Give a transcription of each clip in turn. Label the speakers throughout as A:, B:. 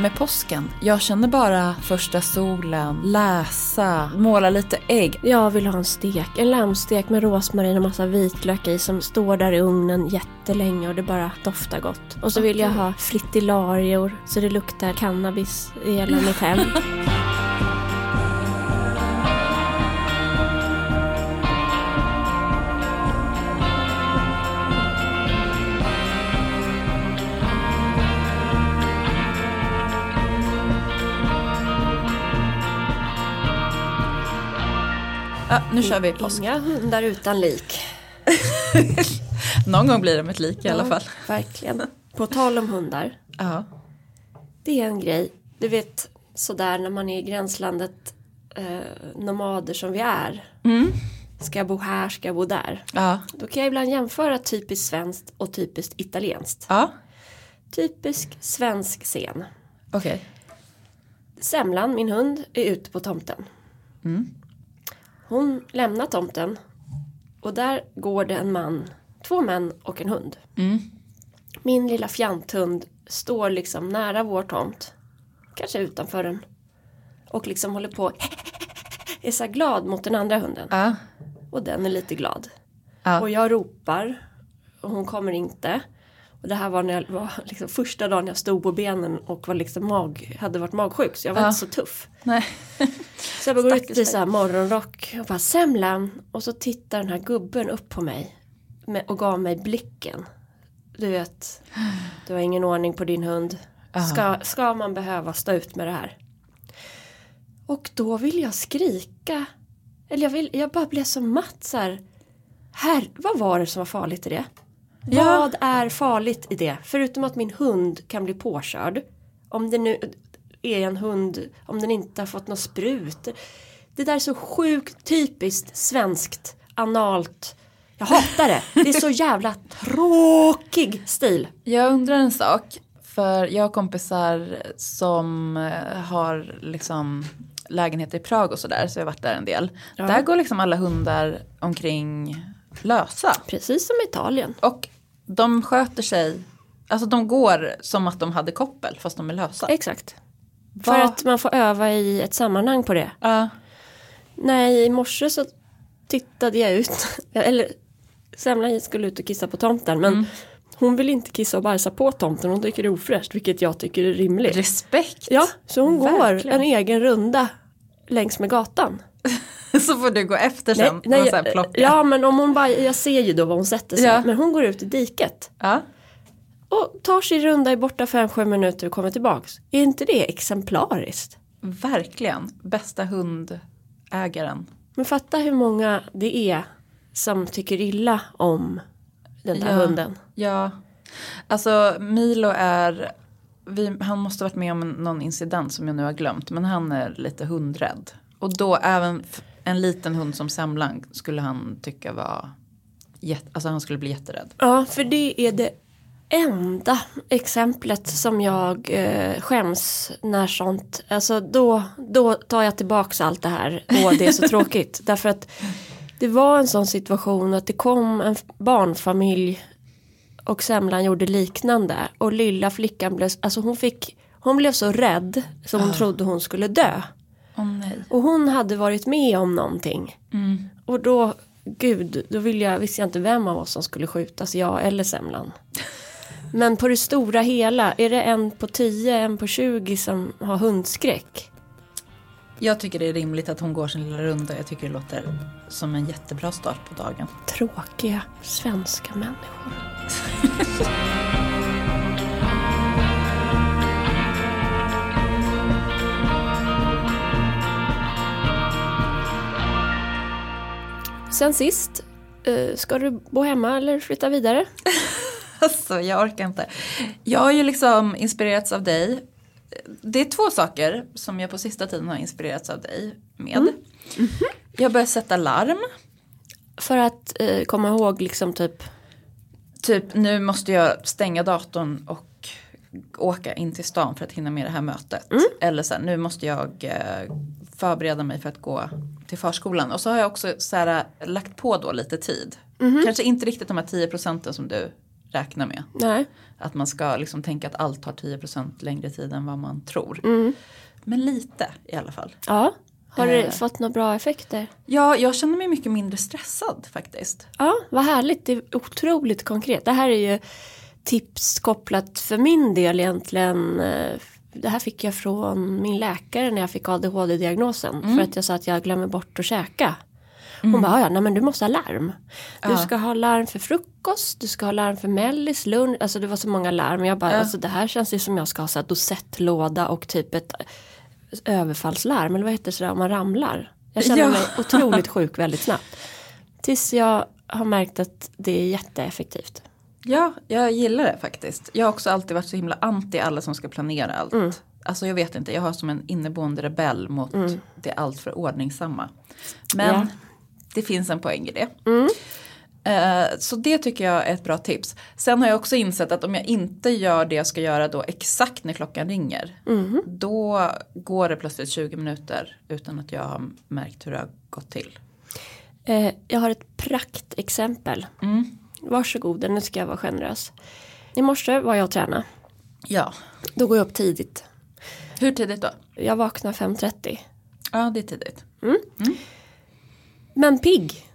A: med påsken. Jag känner bara första solen, läsa, måla lite ägg.
B: Jag vill ha en stek, en lammstek med rosmarin och massa vitlök i som står där i ugnen jättelänge och det bara doftar gott. Och så vill jag ha fritillarior så det luktar cannabis i hela mitt hem.
A: Ja, nu kör vi påsk.
B: Inga hundar utan lik.
A: Någon gång blir de ett lik i alla fall.
B: Verkligen. På tal om hundar.
A: Ja.
B: Det är en grej. Du vet sådär när man är i gränslandet eh, nomader som vi är.
A: Mm.
B: Ska jag bo här, ska jag bo där?
A: Ja.
B: Då kan jag ibland jämföra typiskt svenskt och typiskt italienskt.
A: Ja.
B: Typisk svensk scen.
A: Okej.
B: Semlan, min hund, är ute på tomten. Hon lämnar tomten och där går det en man, två män och en hund. Min lilla fjanthund står liksom nära vår tomt, kanske utanför den, och liksom håller på är så här glad mot den andra hunden
A: Ja.
B: och den är lite glad.
A: Ja.
B: Och jag ropar och hon kommer inte. Och det här var, när jag var liksom första dagen jag stod på benen och var liksom mag, hade varit magsjuk så jag var
A: Ja.
B: inte så tuff.
A: Nej.
B: Så jag bara går ut
A: Stackars
B: i så här morgonrock och bara semlan och så tittar den här gubben upp på mig med, och gav mig blicken. Du vet, du har ingen ordning på din hund. Ska, ska man behöva stå ut med det här? Och då vill jag skrika. Eller jag, vill, jag bara blev så matt så här. här. Vad var det som var farligt i det?
A: Ja.
B: Vad är farligt i det? Förutom att min hund kan bli påkörd. Om det nu är en hund, om den inte har fått något sprut. Det där är så sjukt typiskt svenskt, analt. Jag hatar det. Det är så jävla tråkig stil.
A: Jag undrar en sak. För jag har kompisar som eh, har liksom lägenheter i Prag och sådär. Så jag har varit där en del. Där går liksom alla hundar omkring lösa.
B: Precis som Italien.
A: Och de sköter sig. Alltså de går som att de hade koppel fast de är lösa.
B: Exakt.
A: Vad-
B: För att man får öva i ett sammanhang på det.
A: Ja.
B: Nej, i morse så tittade jag ut. Eller Semlan skulle ut och kissa på tomten. Men
A: Mm.
B: hon vill inte kissa och bajsa på tomten. Hon tycker det är ofräscht. Vilket jag tycker är rimligt.
A: Respekt.
B: Ja, så hon går
A: Verkligen.
B: en egen runda längs med gatan.
A: Så får du gå efter sen. och så här plocka.
B: ja, men om hon bara, jag ser ju då var hon sätter sig.
A: Ja.
B: Men hon går ut i diket.
A: Ja.
B: Och tar sin runda, är borta 5-7 minuter och kommer tillbaks. Är inte det exemplariskt?
A: Verkligen. Bästa hundägaren.
B: Men fatta hur många det är som tycker illa om den där
A: Ja.
B: hunden.
A: Ja. Alltså Milo är, vi, han måste ha varit med om en- någon incident som jag nu har glömt. Men han är lite hundrädd. Och då även f- en liten hund som Semlan skulle han tycka var, jätte, alltså han skulle bli jätterädd.
B: Ja, för det är det enda exemplet som jag eh, skäms när sånt, alltså då, då tar jag tillbaks allt det här och det är så tråkigt. Därför att det var en sån situation att det kom en f- barnfamilj och semlan gjorde liknande och lilla flickan blev, alltså hon fick, hon blev så rädd så hon trodde hon skulle dö.
A: Åh nej.
B: Och hon hade varit med om någonting.
A: Mm.
B: Och då, gud, då vill jag, visste jag inte vem av oss som skulle skjutas, jag eller Semlan. Men på det stora hela, är det en på 10, en på 20 som har hundskräck?
A: Jag tycker det är rimligt att hon går sin lilla runda. Jag tycker det låter som en jättebra start på dagen.
B: Tråkiga svenska människor. Sen sist, eh, ska du bo hemma eller flytta vidare?
A: Alltså jag orkar inte. Jag har ju liksom inspirerats av dig. Det är två saker som jag på sista tiden har inspirerats av dig med. Mm-hmm. Jag börjar sätta larm.
B: För att eh, komma ihåg liksom typ
A: Typ nu måste jag stänga datorn och åka in till stan för att hinna med det här mötet. Eller så här, nu måste jag eh, förbereda mig för att gå till förskolan. Och så har jag också så här, lagt på då lite tid. Kanske inte riktigt de här 10 procenten som du räkna med.
B: Nej.
A: Att man ska liksom tänka att allt tar 10% längre tid än vad man tror.
B: Mm.
A: Men lite i alla fall.
B: Ja. Har
A: Eh.
B: du fått några bra effekter?
A: Ja, jag känner mig mycket mindre stressad faktiskt.
B: Ja, vad härligt. Det är otroligt konkret. Det här är ju tips kopplat för min del egentligen. eh, Det här fick jag från min läkare när jag fick ADHD-diagnosen.
A: Mm.
B: För att jag sa att jag glömmer bort att käka. Hon bara, "Ja, ja, nej men du måste ha larm. Du
A: Ja.
B: ska ha larm för frukost, du ska ha larm för mellis, lunch. Alltså det var så många larm. Jag bara,
A: Ja.
B: alltså det här känns ju som jag ska ha så här dosettlåda och typ ett eh, överfallslarm. Eller vad heter det sådär om man ramlar. Jag känner
A: Ja.
B: mig otroligt sjuk väldigt snabbt. Tills jag har märkt att det är jätteeffektivt.
A: Ja, jag gillar det faktiskt. Jag har också alltid varit så himla anti alla som ska planera allt. Alltså jag vet inte, jag har som en inneboende rebell mot det alltför ordningsamma. Men
B: Ja.
A: det finns en poäng i det. Eh, Så det tycker jag är ett bra tips. Sen har jag också insett att om jag inte gör det jag ska göra då exakt när klockan ringer. Då går det plötsligt 20 minuter utan att jag har märkt hur det har gått till.
B: Eh, jag har ett praktexempel. Varsågoda, nu ska jag vara generös. I morse var jag och tränade.
A: Ja,
B: Då går jag upp tidigt.
A: hur tidigt då?
B: Jag vaknar 5.30.
A: Ja, det är tidigt.
B: Men pigg.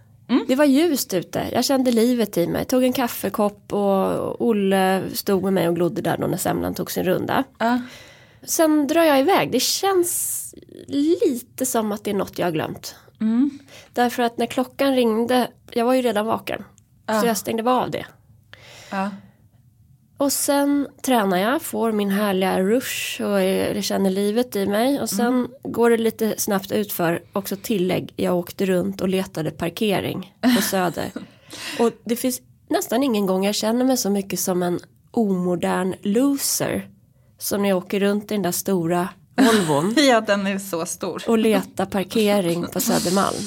B: Det var ljust ute. Jag kände livet i mig. Tog en kaffekopp och Olle stod med mig och glodde där då när semlan tog sin runda.
A: Ja.
B: Sen drar jag iväg. Det känns lite som att det är något jag har glömt.
A: Mm.
B: Därför att när klockan ringde, jag var ju redan vaken.
A: Ja.
B: Så jag stängde bara av det.
A: Ja.
B: Och sen tränar jag, får min härliga rush och eh, känner livet i mig. Och sen
A: Mm.
B: går det lite snabbt utför, också tillägg, jag åkte runt och letade parkering på Söder. och det finns nästan ingen gång jag känner mig så mycket som en omodern loser. Som när jag åker runt i den där stora Volvon
A: Ja, den är så stor.
B: och letar parkering på Södermalm.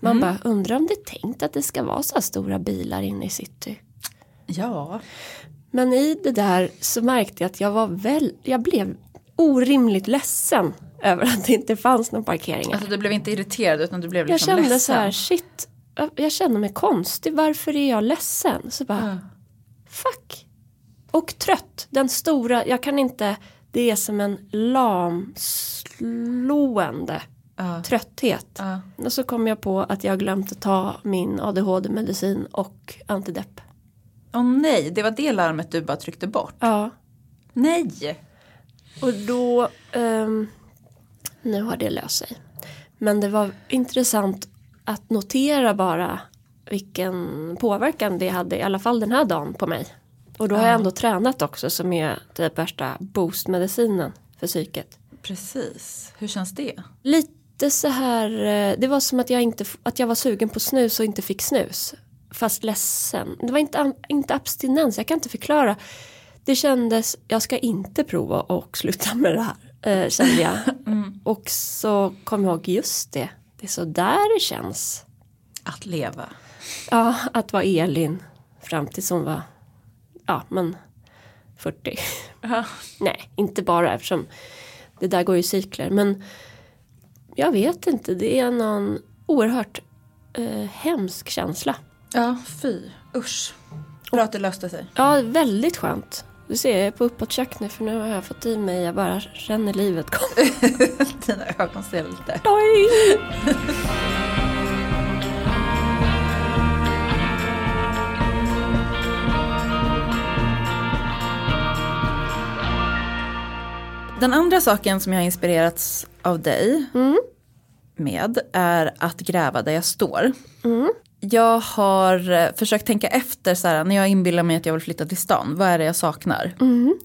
B: Man
A: Mm.
B: bara undrar om det är tänkt att det ska vara så här stora bilar inne i city.
A: Ja.
B: Men i det där så märkte jag att jag var väl, jag blev orimligt ledsen över att det inte fanns någon parkering.
A: Alltså du blev inte irriterad utan du blev
B: jag
A: liksom
B: kände
A: ledsen.
B: så här, shit, jag- jag känner mig konstig, varför är jag ledsen? Så bara,
A: Ja.
B: fuck. Och trött, den stora, jag kan inte, det är som en lamslående
A: Ja.
B: trötthet.
A: Ja.
B: Och så kom jag på att jag glömt att ta min ADHD-medicin och antidepp.
A: Åh nej, det var det larmet du bara tryckte bort.
B: Ja.
A: Nej!
B: Och då, ehm, nu har det löst sig. Men det var intressant att notera bara vilken påverkan det hade, i alla fall den här dagen på mig. Och då har jag ändå tränat också som är typ värsta boostmedicinen för psyket.
A: Precis, hur känns det?
B: Lite så här, eh, det var som att jag, inte, f- att jag var sugen på snus och inte fick snus. Fast ledsen. Det var inte, an- inte abstinens, jag kan inte förklara. Det kändes, jag ska inte prova och sluta med det här, eh, kände jag. Och så kom jag ihåg, just det, det är så där det känns.
A: Att leva.
B: Ja, att vara Elin fram tills hon var, ja men 40.
A: Ja.
B: Nej, inte bara eftersom det där går ju i cykler. Men jag vet inte, det är någon oerhört eh, hemsk känsla.
A: ja, fy, usch. Bra att det löste sig.
B: Ja, väldigt skönt. Du ser, jag är på uppåtkäk nu för nu har jag fått i mig, jag bara känner livet komma.
A: Dina ögon ser lite...
B: Oj!
A: Den andra saken som jag har inspirerats av dig med är att gräva där jag står. Jag har eh, försökt tänka efter så här, när jag inbillar mig att jag vill flytta till stan, vad är det jag saknar?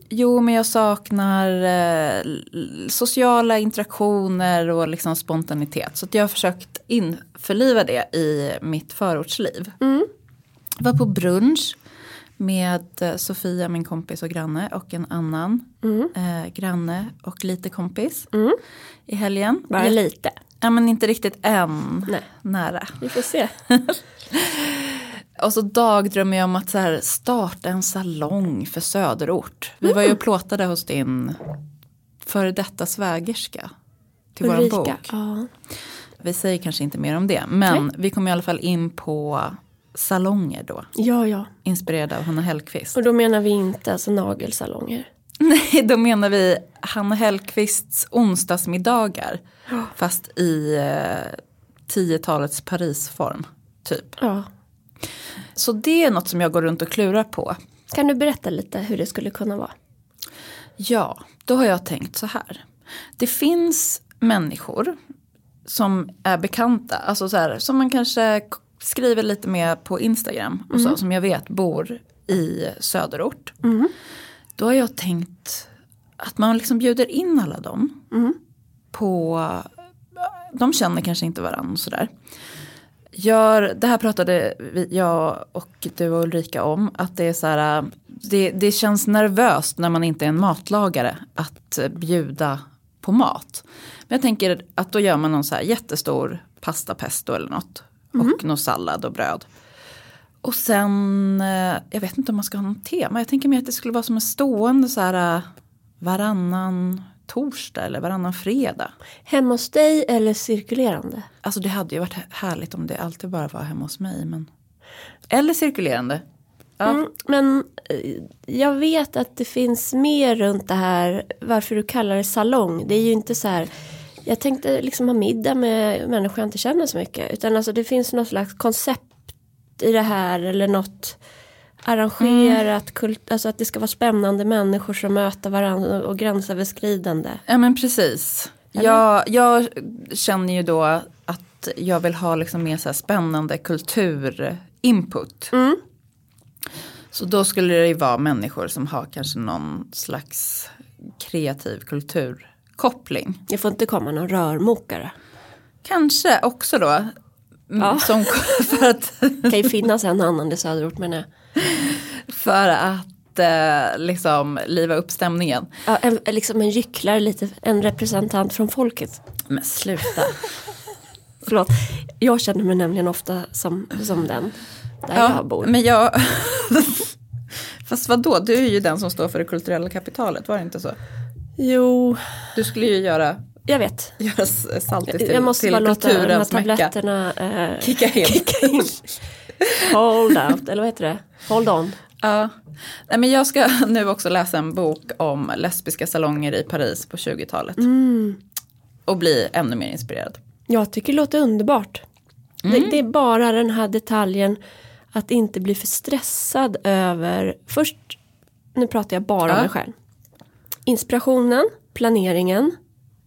A: Jo men jag saknar eh, l- sociala interaktioner och liksom spontanitet. Så att jag har försökt införliva det i mitt förortsliv. Jag var på brunch med eh, Sofia, min kompis och granne och en annan eh, granne och lite kompis i helgen.
B: Bara
A: Ja,
B: lite.
A: Ja men inte riktigt än
B: Nej.
A: nära.
B: Vi får se.
A: Och så dagdrömmer jag om att så här, starta en salong för söderort. Vi var ju och plåtade hos din före detta svägerska. Till våran bok.
B: Ja.
A: Vi säger kanske inte mer om det. Men vi kom i alla fall in på salonger då.
B: Ja, ja.
A: Inspirerade av Hanna Hellquist.
B: Och då menar vi inte alltså nagelsalonger.
A: Nej, då menar vi Hanna Hellquists onsdagsmiddagar. Fast i eh, 10-talets Parisform, typ.
B: Ja.
A: Så det är något som jag går runt och klurar på.
B: Kan du berätta lite hur det skulle kunna vara?
A: Ja, då har jag tänkt så här. Det finns människor som är bekanta, alltså så här, som man kanske k- skriver lite med på Instagram och så, som jag vet bor i söderort. Då har jag tänkt att man liksom bjuder in alla dem på, de känner kanske inte varandra och sådär. Gör, det här pratade vi, jag och du och Ulrika om, att det är så här, äh, det, det känns nervöst när man inte är en matlagare att eh, bjuda på mat. Men jag tänker att då gör man någon så här jättestor pasta pesto eller något. Och någon sallad och bröd. Och sen, eh, jag vet inte om man ska ha något tema. Jag tänker mer att det skulle vara som en stående så här äh, varannan torsdag eller varannan fredag.
B: Hemma hos dig eller cirkulerande?
A: Alltså det hade ju varit hä- härligt om det alltid bara var hemma hos mig. Men... Eller cirkulerande. Ja.
B: Mm, men eh, jag vet att det finns mer runt det här varför du kallar det salong. Det är ju inte så här. Jag tänkte liksom ha middag med människor jag inte känner så mycket. Utan alltså det finns något slags koncept i det här eller något arrangerat. Kult, alltså att det ska vara spännande människor som möter varandra och gränsöverskridande.
A: Ja men precis. Jag, jag känner ju då att jag vill ha liksom mer så här spännande kulturinput. Så då skulle det ju vara människor som har kanske någon slags kreativ kulturkoppling.
B: Det får inte komma någon rörmokare.
A: Kanske också då. mm,
B: Ja.
A: Som, för att
B: Det kan ju finnas en annan i söderort men eh, jag.
A: för att eh, liksom liva upp stämningen.
B: Ja, en, liksom en gycklare lite, en representant från folket.
A: Men sluta.
B: Förlåt, jag känner mig nämligen ofta som, som den där jag bor.
A: Men jag... Fast vadå, du är ju den som står för det kulturella kapitalet, var det inte så?
B: Jo,
A: Du skulle ju göra,
B: jag vet.
A: göra s- Saltis till,
B: jag måste
A: till
B: bara låta de här
A: kulturens mecka.
B: tabletterna eh,
A: Kicka in.
B: kicka in. Hold out, eller vad heter det? Hold on.
A: Ja. Nej, men jag ska nu också läsa en bok om lesbiska salonger i Paris på 20-talet.
B: Mm.
A: Och bli ännu mer inspirerad.
B: Jag tycker det låter underbart.
A: Mm.
B: Det, det är bara den här detaljen att inte bli för stressad över, först, nu pratar jag bara
A: Ja.
B: om mig själv. Inspirationen, planeringen,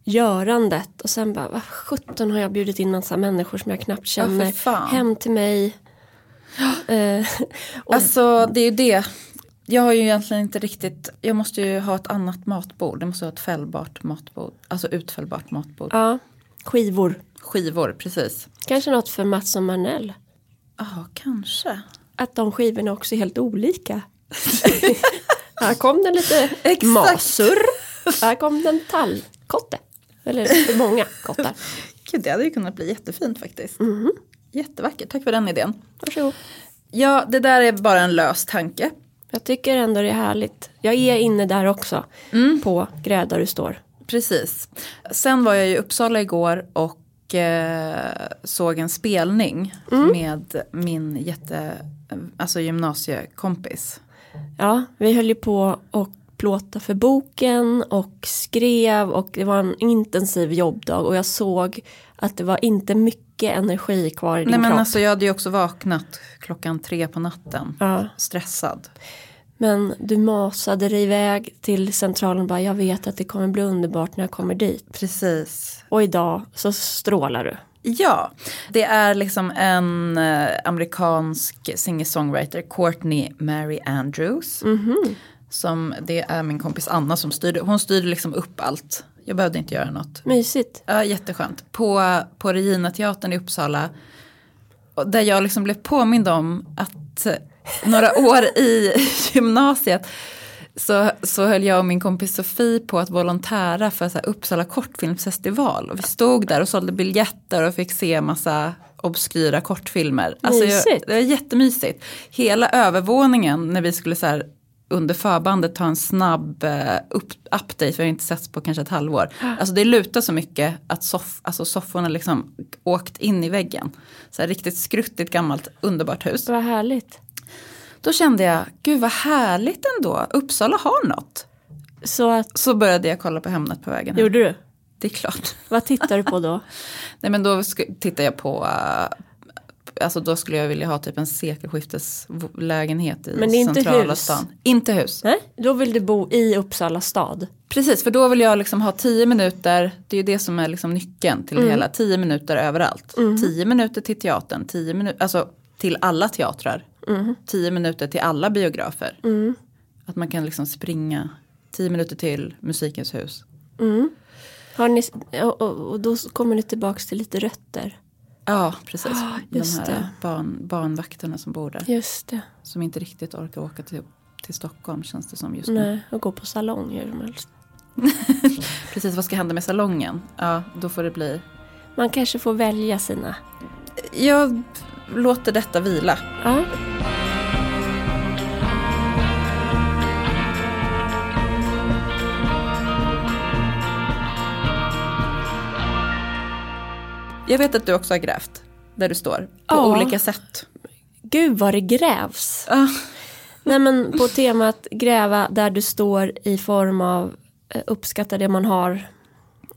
B: görandet och sen bara, vad sjutton har jag bjudit in massa människor som jag knappt känner
A: för fan.
B: hem till mig. Eh, och,
A: Alltså det är ju det. Jag har ju egentligen inte riktigt, jag måste ju ha ett annat matbord. Det måste vara ett fällbart matbord, alltså utfällbart matbord.
B: ja, skivor.
A: Skivor, precis.
B: Kanske något för Mats och Marnell.
A: Ja, kanske.
B: Att de skivorna också är helt olika. Här kom den lite
A: Exakt.
B: masur. Här kom den tallkotte. Eller för många kottar. Mm.
A: Gud, det hade ju kunnat bli jättefint faktiskt. Jättevackert, tack för den idén.
B: Varsågod.
A: Ja, det där är bara en lös tanke.
B: Jag tycker ändå det är härligt. Jag är inne där också.
A: Mm.
B: På grädar du står.
A: Precis. Sen var jag i Uppsala igår och eh, såg en spelning med min jätte, alltså gymnasiekompis.
B: Ja, vi höll ju på och plåta för boken och skrev och det var en intensiv jobbdag och jag såg att det var inte mycket energi kvar i din
A: Nej men
B: kropp.
A: alltså jag hade ju också vaknat klockan tre på natten.
B: Ja.
A: Stressad.
B: Men du masade dig iväg till centralen och bara jag vet att det kommer bli underbart när jag kommer dit.
A: Precis.
B: Och idag så strålar du.
A: Ja, det är liksom en eh, amerikansk singer-songwriter, Courtney Mary
B: Mm.
A: Andrews.
B: Mhm.
A: Som det är min kompis Anna som styrde, hon styrde liksom upp allt. Jag behövde inte göra något.
B: Mysigt.
A: Ja, jätteskönt. På, på Regina teatern i Uppsala. och Där jag liksom blev påmind om att eh, några år i gymnasiet så, så höll jag och min kompis Sofie på att volontära för så här Uppsala kortfilmsfestival. Och vi stod där och sålde biljetter och fick se massa obskyra kortfilmer. Alltså, jag,
B: Mysigt.
A: det var jättemysigt. Hela övervåningen när vi skulle så här under förbandet ta en snabb eh, upp, update, för jag har inte setts på kanske ett halvår. Alltså det lutar så mycket att soff, alltså sofforna liksom åkt in i väggen. Så här riktigt skruttigt gammalt underbart hus.
B: Vad härligt.
A: Då kände jag, gud vad härligt ändå, Uppsala har något.
B: Så att,
A: Så började jag kolla på Hemnet på vägen hem.
B: gjorde du?
A: Det är klart.
B: Vad tittar du på då?
A: Nej men då sk- tittar jag på, eh, alltså då skulle jag vilja ha typ en sekelskifteslägenhet i
B: Men det är inte
A: centrala
B: hus.
A: stan. Inte hus.
B: Nej? Då vill du bo i Uppsala stad.
A: Precis, för då vill jag liksom ha 10 minuter, det är ju det som är liksom nyckeln
B: Mm.
A: till det hela, 10 minuter överallt. 10 minuter till teatern, 10 minuter, alltså till alla teatrar.
B: Mm.
A: 10 minuter till alla biografer. Att man kan liksom springa 10 minuter till Musikens hus.
B: Har ni, och, och, och då kommer ni tillbaks till lite rötter.
A: Ja, precis.
B: Ah, just
A: De här
B: det.
A: barn, barnvakterna som bor där,
B: Just det.
A: som inte riktigt orkar åka till, till Stockholm känns det som just nu.
B: Nej, och gå på salong hur som helst.
A: Precis, vad ska hända med salongen? Ja, då får det bli.
B: Man kanske får välja sina.
A: Jag låter detta vila.
B: Ja.
A: Jag vet att du också har grävt där du står. På
B: Ja.
A: olika sätt.
B: Gud vad det grävs.
A: Ah,
B: Nej men på temat gräva där du står i form av eh, uppskatta det man har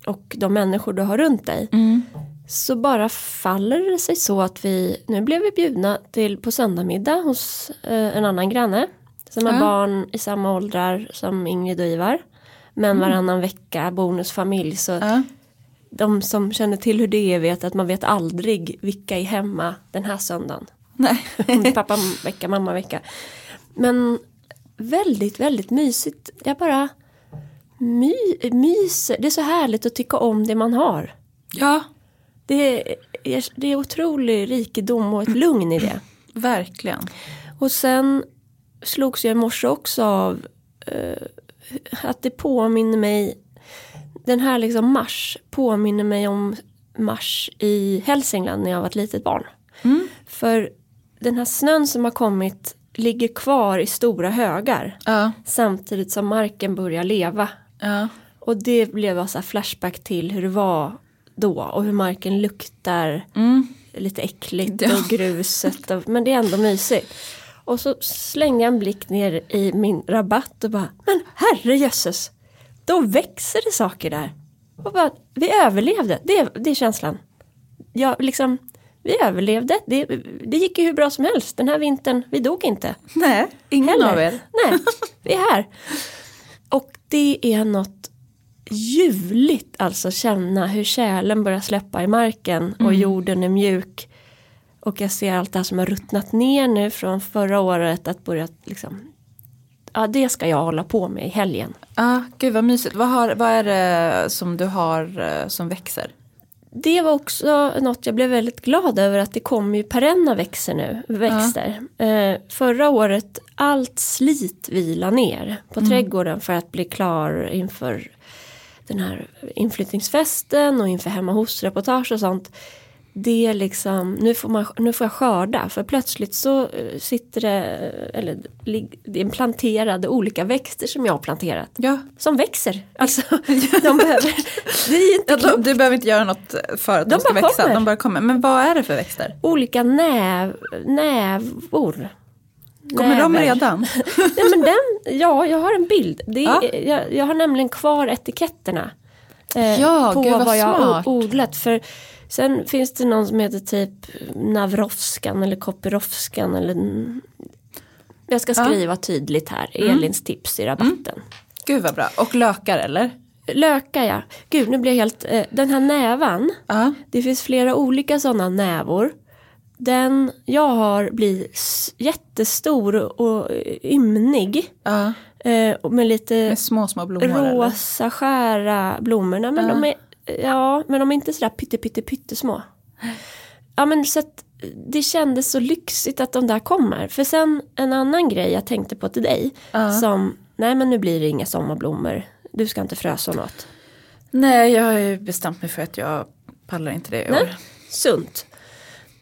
B: och de människor du har runt dig.
A: Mm.
B: Så bara faller det sig så att vi, nu blev vi bjudna till på söndagsmiddag hos eh, en annan granne. Som har
A: Ja.
B: barn i samma åldrar som Ingrid och Ivar. Men varannan vecka, bonusfamilj. Så
A: ah.
B: de som känner till hur det är vet att man vet aldrig vilka är hemma den här söndagen.
A: Nej.
B: Pappa vecka, mamma vecka. Men väldigt, väldigt mysigt. Jag bara my, myser. Det är så härligt att tycka om det man har.
A: Ja,
B: Det är, det är otrolig rikedom och ett lugn i det.
A: verkligen.
B: Och sen slogs jag i morse också av eh, att det påminner mig, den här liksom mars påminner mig om mars i Hälsingland när jag var ett litet barn. För den här snön som har kommit ligger kvar i stora högar
A: Ja,
B: samtidigt som marken börjar leva.
A: ja.
B: Och det blev alltså flashback till hur det var då och hur marken luktar
A: Mm.
B: lite äckligt
A: Ja.
B: och gruset. Och, men det är ändå mysigt. Och så slängde jag en blick ner i min rabatt och bara, men herrejösses, då växer det saker där. Och bara, vi överlevde, det, det är känslan. Ja, liksom, vi överlevde, det, det gick ju hur bra som helst den här vintern, vi dog inte
A: Nej, ingen
B: heller.
A: av er.
B: Nej, vi är här. Och det är något ljuvligt alltså känna hur kärlen börjar släppa i marken
A: Mm.
B: och jorden är mjuk. Och jag ser allt det här som har ruttnat ner nu från förra året att börja liksom Ja det ska jag hålla på med i helgen.
A: Ja, gud vad mysigt. Vad, har, vad är det som du har eh, som växer?
B: Det var också något jag blev väldigt glad över att det kommer ju perenna växter nu. Växter. Eh, förra året allt slit vi la ner på trädgården för att bli klar inför den här inflyttningsfesten och inför hemma hos-reportage och sånt. Det är liksom, nu får, man, nu får jag skörda för plötsligt så eh, sitter det, eller lig- det är planterade olika växter som jag har planterat.
A: Ja.
B: Som växer, alltså de behöver, det är inte
A: Ja, de, du behöver inte göra något för att de,
B: De
A: ska
B: bara
A: växa,
B: kommer.
A: de bara kommer. Men vad är det för växter?
B: olika näv, nävor.
A: Kommer de
B: Näver.
A: redan?
B: Nej, men den, ja, jag har en bild. Det är,
A: Ja.
B: jag, jag har nämligen kvar etiketterna. eh,
A: Ja,
B: på
A: gud, vad
B: vad jag har o-
A: smart.
B: odlat. För sen finns det någon som heter typ Navrovskan eller Kopirovskan. Eller, n- jag ska skriva tydligt här,
A: Mm.
B: Elins tips i rabatten.
A: Gud vad bra. Och lökar eller?
B: Lökar ja. Gud, nu blir jag helt... Eh, den här nävan.
A: Ja.
B: Det finns flera olika sådana nävor. Den jag har blir s- jättestor och eh, ymnig.
A: ja.
B: eh, och Med lite
A: Med små, små blommor eller?
B: rosa skära blommorna. Men, de är, ja, men de är inte sådär pytte, pytte, pyttesmå. Ja men så att eh, det kändes så lyxigt att de där kommer. För sen en annan grej jag tänkte på till dig. Som, nej men nu blir det inga sommarblommor. Du ska inte frösa något.
A: Nej, jag har ju bestämt mig för att jag pallar inte det i år.
B: Nej, sunt.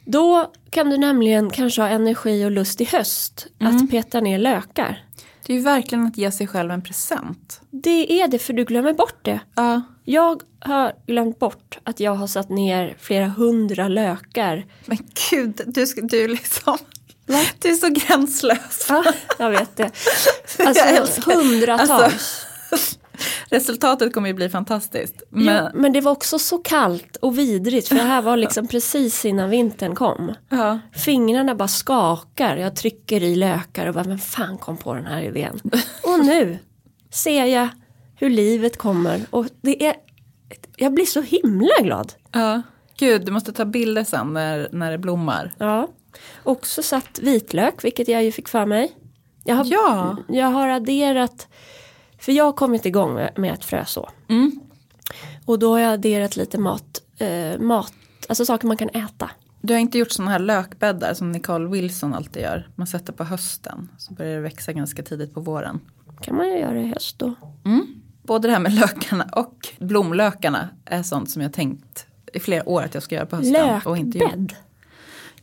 B: Då kan du nämligen kanske ha energi och lust i höst att peta ner lökar.
A: Det är ju verkligen att ge sig själv en present.
B: Det är det för du glömmer bort det.
A: Ja.
B: Jag har glömt bort att jag har satt ner flera hundra lökar.
A: Men gud, du, ska- du liksom. Du är så gränslös.
B: Ja, jag vet det. Alltså hundratals.
A: Alltså, Resultatet kommer ju bli fantastiskt. Men,
B: Men... Jo, men det var också så kallt och vidrigt för det här var liksom precis innan vintern kom.
A: ja.
B: Fingrarna bara skakar, jag trycker i lökar och bara vem fan kom på den här idén. Och nu ser jag hur livet kommer och det är, jag blir så himla glad.
A: Ja. Gud, du måste ta bilder sen när, när det blommar.
B: Ja. Också satt vitlök, vilket jag ju fick för mig. Jag har,
A: Ja.
B: jag har adderat, för jag har kommit igång med, med att fröså.
A: Mm.
B: Och då har jag adderat lite mat, eh, mat alltså saker man kan äta.
A: Du har inte gjort sådana här lökbäddar som Nicole Wilson alltid gör. Man sätter på hösten så börjar det växa ganska tidigt på våren.
B: kan man ju göra i höst då.
A: Mm. Både det här med lökarna och blomlökarna är sånt som jag tänkt i flera år att jag ska göra på hösten. och inte gjort.
B: Lökbädd.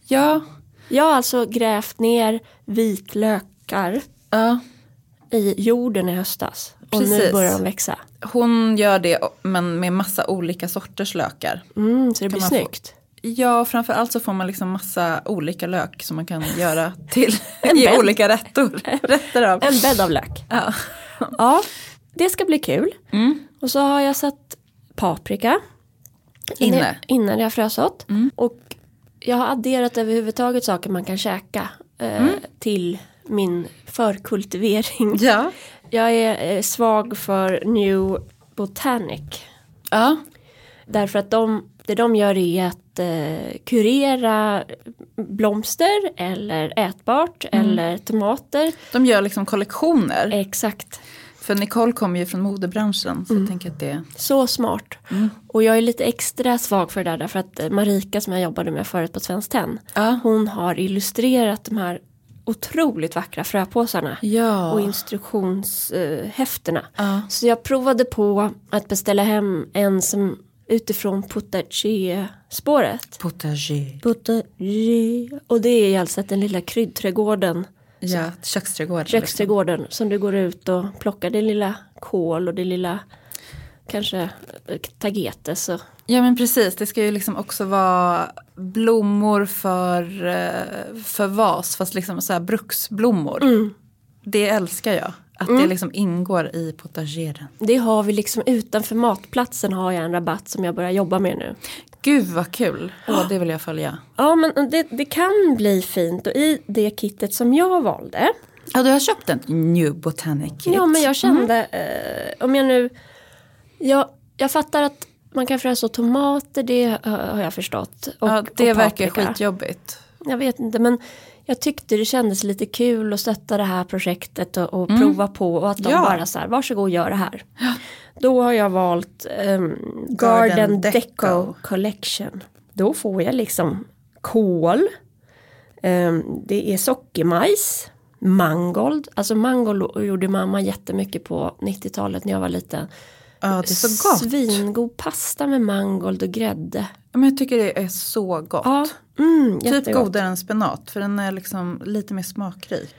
A: Ja.
B: Jag har alltså grävt ner vitlökar
A: ja.
B: i jorden i höstas. Och nu
A: Precis.
B: börjar de växa.
A: Hon gör det men med massa olika sorters lökar.
B: Mm, så det blir
A: man få-
B: snyggt.
A: Ja, framförallt så får man liksom massa olika lök som man kan göra till
B: En
A: i
B: bädd.
A: olika rättor. Rätter av.
B: En bädd av lök.
A: Ja.
B: Ja, det ska bli kul.
A: Mm.
B: Och så har jag satt paprika.
A: Inne. Mm.
B: Innan jag frösått. Och jag har adderat överhuvudtaget saker man kan käka. Eh,
A: Mm.
B: Till min förkultivering.
A: Ja.
B: Jag är eh, svag för New Botanic.
A: ja.
B: Därför att de, det de gör är att eh, kurera blomster eller ätbart
A: Mm.
B: eller tomater.
A: De gör liksom kollektioner.
B: Exakt,
A: För Nicole kommer ju från modebranschen
B: Mm.
A: så jag tänker att det
B: så smart.
A: Mm.
B: Och jag är lite extra svag för det där därför att eh, Marika som jag jobbade med förut på Svenskt Tenn.
A: Ja.
B: Hon har illustrerat de här otroligt vackra fröpåsarna.
A: Ja.
B: och instruktionshäftena.
A: Ja.
B: Så jag provade på att beställa hem en som utifrån Potager-spåret.
A: Potager.
B: Potager. Och det är alltså den lilla kryddträdgården,
A: Ja, köksträdgården. liksom.
B: köksträdgården som du går ut och plockar din lilla kål och din lilla kanske eh, tagetes. Och,
A: Ja men precis, det ska ju liksom också vara blommor för, eh, för vas, fast liksom så här bruksblommor.
B: Mm.
A: Det älskar jag, att det liksom ingår i potageren.
B: det har vi liksom utanför matplatsen har jag en rabatt som jag börjar jobba med nu.
A: Gud vad kul,
B: Ah.
A: Åh, det vill jag följa.
B: Ja men det, det kan bli fint och i det kittet som jag valde
A: Ja du har köpt en New Botanic Kit.
B: Ja men jag kände, eh, om jag nu, jag, jag fattar att man kan fräsa tomater, det eh, har jag förstått. Och,
A: Ja, det
B: och
A: verkar
B: paprika.
A: skitjobbigt.
B: Jag vet inte men jag tyckte det kändes lite kul att stötta det här projektet och, och prova på och att de
A: Mm. Ja.
B: bara så här, varsågod gör det här. Då har jag valt ehm, Garden,
A: Garden
B: Deco.
A: Deco
B: Collection. Då får jag liksom kål, ehm, det är sockermajs, mangold, alltså mangold gjorde mamma jättemycket på 90-talet när jag var liten.
A: Ja det är så gott.
B: Svingod pasta med mangold och grädde.
A: Ja, Men jag tycker det är så gott.
B: Ja, mm,
A: typ
B: jättegott.
A: godare än spenat för den är liksom lite mer smakrik.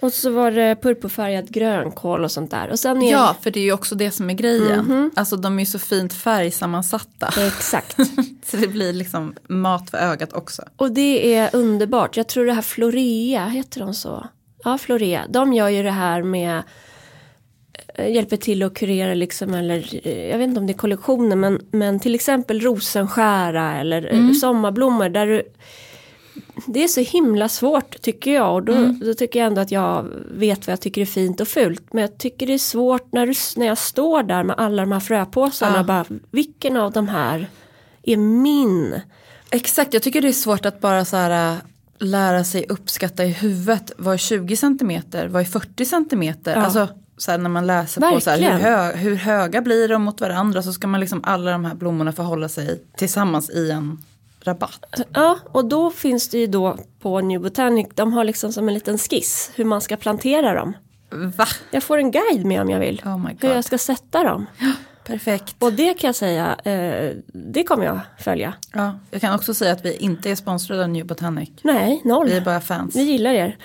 B: Och så var det purpurfärgad grönkål och sånt där. Och sen är
A: Ja, för det är ju också det som är grejen.
B: Mhm.
A: Alltså de är ju så fint färgsammansatta.
B: det, exakt.
A: Så det blir liksom mat för ögat också.
B: Och det är underbart. Jag tror det här Florea, heter de så? Ja, Florea. De gör ju det här med eh, hjälper till att kurera liksom eller eh, jag vet inte om det är kollektioner men, men till exempel rosenskära eller eh, sommarblommor där du det är så himla svårt tycker jag och då, då tycker jag ändå att jag vet vad jag tycker är fint och fult men jag tycker det är svårt när, du, när jag står där med alla de här fröpåsarna
A: Ja.
B: och bara vilken av de här är min?
A: Exakt, jag tycker det är svårt att bara så här äh, lära sig uppskatta i huvudet. Vad är 20 centimeter? Vad är 40 centimeter? Alltså så här, när man läser på så här, hur,
B: Verkligen.
A: hö- hur höga blir de mot varandra? Så ska man liksom alla de här blommorna förhålla sig tillsammans i en rabatt.
B: Ja, och då finns det ju då på New Botanic, de har liksom som en liten skiss hur man ska plantera dem.
A: Va?
B: Jag får en guide med om jag vill,
A: Oh my
B: hur
A: god.
B: jag ska sätta dem.
A: Perfekt.
B: Och det kan jag säga, eh, det kommer jag följa.
A: Ja, jag kan också säga att vi inte är sponsrade av New Botanic.
B: Nej, noll.
A: Vi är bara fans.
B: Vi gillar er.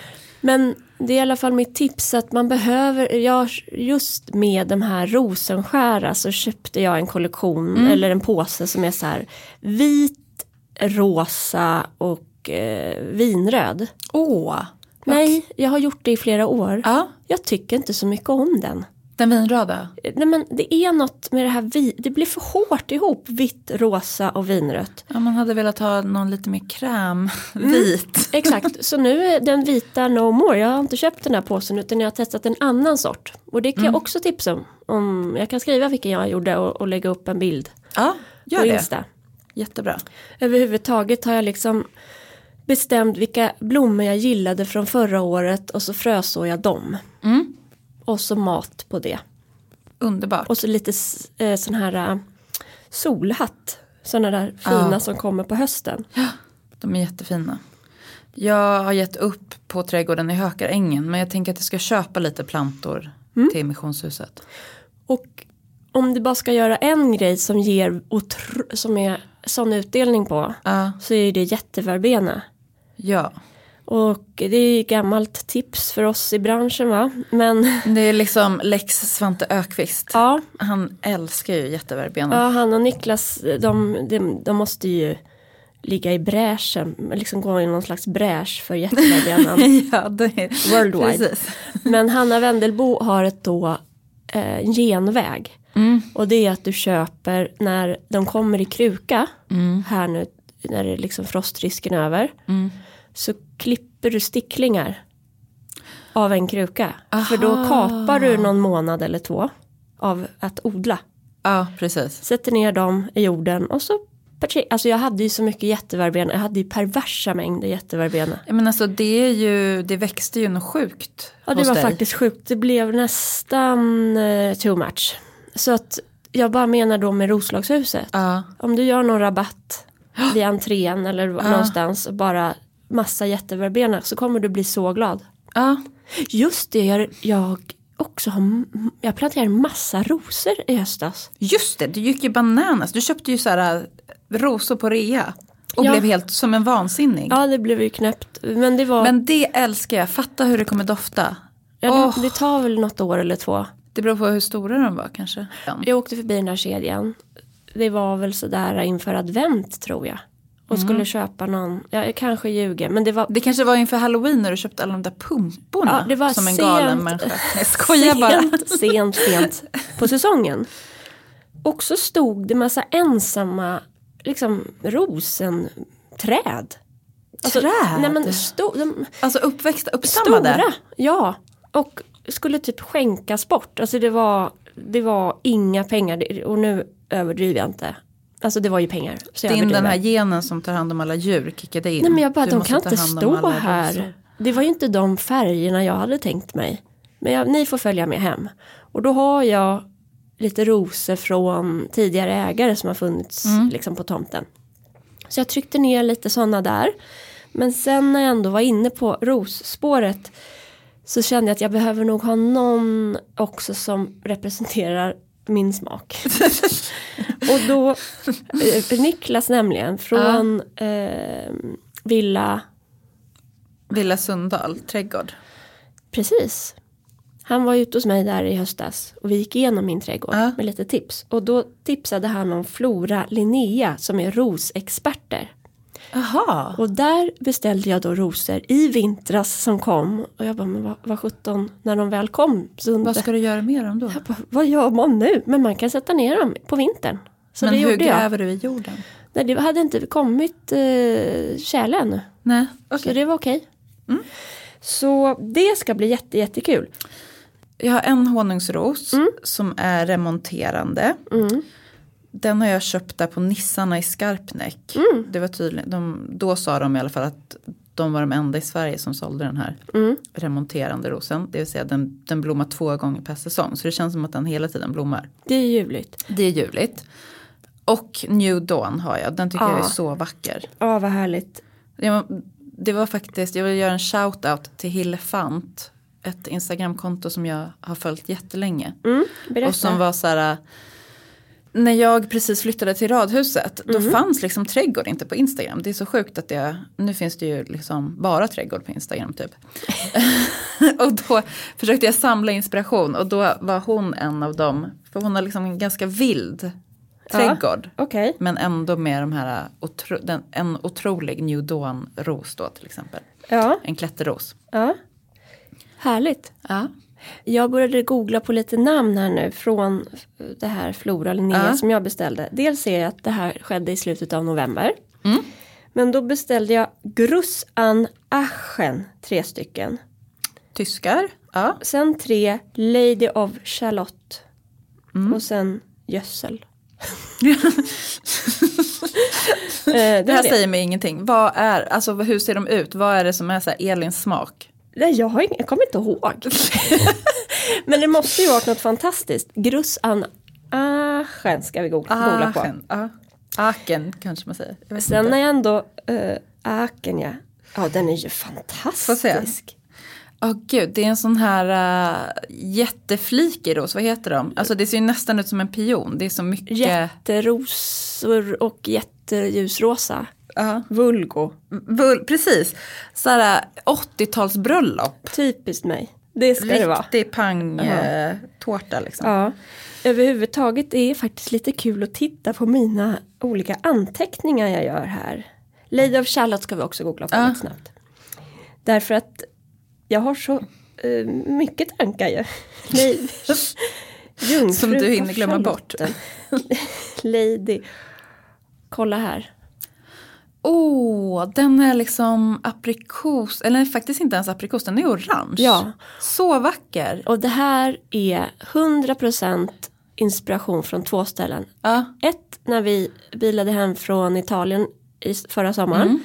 B: Men Det är i alla fall mitt tips att man behöver, jag, just med de här rosenskära så köpte jag en kollektion eller en påse som är så här vit, rosa och eh, vinröd.
A: Åh!
B: Nej, jag har gjort det i flera år.
A: Ja,
B: Jag tycker inte så mycket om den.
A: den vinröda.
B: Eh, Nej men det är något med det här, vi, det blir för hårt ihop vitt, rosa och vinrött.
A: Ja, man hade velat ha någon lite mer
B: Mm.
A: krämvit.
B: Exakt, så nu är den vita No More, jag har inte köpt den här påsen utan jag har testat en annan sort. Och det kan
A: Mm.
B: jag också tipsa om. om. Jag kan skriva vilken jag gjorde och, och lägga upp en bild
A: Ja, gör
B: på
A: det.
B: Insta.
A: Jättebra.
B: Överhuvudtaget har jag liksom bestämt vilka blommor jag gillade från förra året och så frösår jag dem.
A: Mm.
B: Och så mat på det.
A: Underbart.
B: Och så lite s- eh, sån här eh, solhatt. Såna där fina som kommer på hösten.
A: De är jättefina. Jag har gett upp på trädgården i Hökarängen men jag tänker att jag ska köpa lite plantor
B: Mm.
A: till missionshuset.
B: Och om du bara ska göra en grej som ger otro- som är sån utdelning på
A: Ja,
B: så är det jätteverbena.
A: ja.
B: Och det är ju gammalt tips för oss i branschen va? Men
A: Det är liksom Lex Svante Ökvist.
B: ja,
A: Han älskar ju jätteverbena.
B: ja han och Niklas de, de, de måste ju ligga i bräschen, liksom gå i någon slags bräsch för jätteverbenan.
A: ja, det är...
B: Worldwide.
A: Precis.
B: Men Hanna Wendelbo har ett då eh, genväg. Och det är att du köper när de kommer i kruka. Här nu när det är liksom frostrisken över. Så klipper du sticklingar. Av en kruka. För då kapar du någon månad eller två. Av att odla.
A: Ja, precis.
B: Sätter ner dem i jorden och så. parti- Alltså jag hade ju så mycket jätteverbena. Jag hade ju perversa mängder jätteverbena.
A: Ja, Men alltså det är ju, det växte ju något sjukt
B: Ja det
A: hos
B: var
A: dig.
B: faktiskt sjukt. Det blev nästan eh, too much. Så att jag bara menar då med Roslagshuset.
A: Ja,
B: Om du gör någon rabatt vid entrén eller någonstans och bara massa jätteverbena så kommer du bli så glad.
A: ja.
B: Just det, jag, jag också har, m- jag planterade massa rosor i höstas.
A: Just det, du gick ju bananas. Du köpte ju så här äh, rosor på rea. Och
B: Ja.
A: blev helt som en vansinnig.
B: Ja det blev ju knäppt. Men det var,
A: Men det älskar jag. Fatta hur det kommer dofta.
B: ja,
A: Åh.
B: det tar väl något år eller två.
A: Det beror på hur stora de var kanske.
B: Jag åkte förbi den här kedjan. Det var väl sådär inför advent tror jag. Och
A: Mm.
B: skulle köpa någon, ja, jag kanske ljuger, men det var
A: Det kanske var inför halloween när du köpte alla de där pumporna.
B: Ja, det var
A: som en
B: sent.
A: galen människa. Jag skojar bara.
B: sent, sent, sent på säsongen. Och så stod det massa ensamma liksom rosenträd. Alltså,
A: Träd?
B: Nej men sto, de,
A: Alltså uppväxta, uppstammade.
B: stora, ja. Och skulle typ skänkas bort. Alltså det var, det var inga pengar Det- och nu överdriver jag inte. Alltså det var ju pengar. Så jag
A: Din den
B: överdriver.
A: här genen som tar hand om alla djur kickade in.
B: Nej men jag bara,
A: Du
B: de
A: måste
B: kan
A: ta
B: inte
A: hand om
B: stå
A: alla
B: här.
A: rosor.
B: Det var ju inte de färgerna jag hade tänkt mig. Men jag, ni får följa med hem. Och då har jag lite rosor från tidigare ägare som har funnits
A: Mm.
B: liksom, på tomten. Så jag tryckte ner lite sådana där. Men sen när jag ändå var inne på rosspåret så kände jag att jag behöver nog ha någon också som representerar min smak. Och då, eh, Niklas nämligen från eh, Villa,
A: Villa Sundal trädgård.
B: precis. Han var ute hos mig där i höstas och vi gick igenom min trädgård
A: Ja.
B: med lite tips. Och då tipsade han om Flora Linnea som är rosexperter.
A: Jaha.
B: Och där beställde jag då rosor i vintras som kom. Och jag bara, men vad, vad sjutton, när de väl kom så
A: Vad
B: undrade
A: ska du göra med dem då?
B: jag, bara, vad gör man nu? Men man kan sätta ner dem på vintern. Så
A: men
B: det
A: hur
B: gjorde jag.
A: gräver du i jorden?
B: Nej, det hade inte kommit eh, tjäle ännu.
A: Nej,
B: Så det var okej.
A: Mm.
B: Så det ska bli jätte, jättekul.
A: Jag har en honungsros som är remonterande. Den har jag köpt där på Nissarna i Skarpnäck. Det var tydligen, de, då sa de i alla fall att de var de enda i Sverige som sålde den här remonterande rosen. Det vill säga den, den blommar två gånger per säsong. Så det känns som att den hela tiden blommar.
B: Det är ljuvligt.
A: Det är ljuvligt. Och New Dawn har jag. Den tycker jag är
B: Ja.
A: så vacker.
B: Ja, vad härligt.
A: Ja, men Det var faktiskt, jag vill göra en shout-out till Hillefant. Ett Instagramkonto som jag har följt jättelänge.
B: Mm, berätta.
A: Och som var så här, När jag precis flyttade till radhuset då fanns liksom trädgård inte på Instagram. Det är så sjukt att det, nu finns det ju liksom bara trädgård på Instagram typ. och då försökte jag samla inspiration och då var hon en av dem. För hon har liksom en ganska vild trädgård.
B: Okej.
A: Men ändå med de här, otro, den, en otrolig New Dawn-ros då till exempel.
B: Ja,
A: En klätterros.
B: ja. Härligt.
A: Ja.
B: Jag började googla på lite namn här nu från det här Flora Linnea
A: Ja.
B: som jag beställde. Dels ser jag att det här skedde i slutet av november.
A: Mm.
B: Men då beställde jag Gruss an Aschen, tre stycken.
A: Tyskar. Ja.
B: Sen tre Lady of Charlotte.
A: Mm.
B: Och sen gödsel. Eh,
A: Det här
B: var
A: säger mig ingenting. Vad är, alltså, hur ser de ut? Vad är det som är så här Elins smak?
B: Nej, jag, har ing- jag kommer inte ihåg. Men det måste ju varit något fantastiskt. Gruss an Aschen ska vi googla, googla på.
A: Achen, ja. Ah. Aken kanske man säger. Jag vet
B: Ah. Sen
A: inte.
B: är jag ändå uh, Aken, ja. Ja, den är ju fantastisk.
A: Åh gud, det är en sån här äh, jätteflikig ros, vad heter de? Alltså det ser ju nästan ut som en pion, det är så mycket.
B: Jätterosor och jätteljusrosa.
A: Ja.
B: Vulgo.
A: Bull, precis, så här äh, 80-talsbröllop.
B: Typiskt mig. Det ska det vara.
A: Riktig pangtårta liksom.
B: Ja. Överhuvudtaget är det faktiskt lite kul att titta på mina olika anteckningar jag gör här. Lady of Charlotte ska vi också googla på
A: Ja.
B: lite snabbt. Därför att jag har så eh, mycket tankar ju. Nej. Jungfru
A: Som du hinner
B: på
A: glömma bort.
B: Charlotten. Lady. Kolla här.
A: Åh, den är liksom aprikos, eller faktiskt inte ens aprikos, den är orange.
B: Ja.
A: Så vacker.
B: Och det här är 100% inspiration från två ställen.
A: Ja.
B: Ett, när vi bilade hem från Italien i s- förra sommaren.
A: Mm.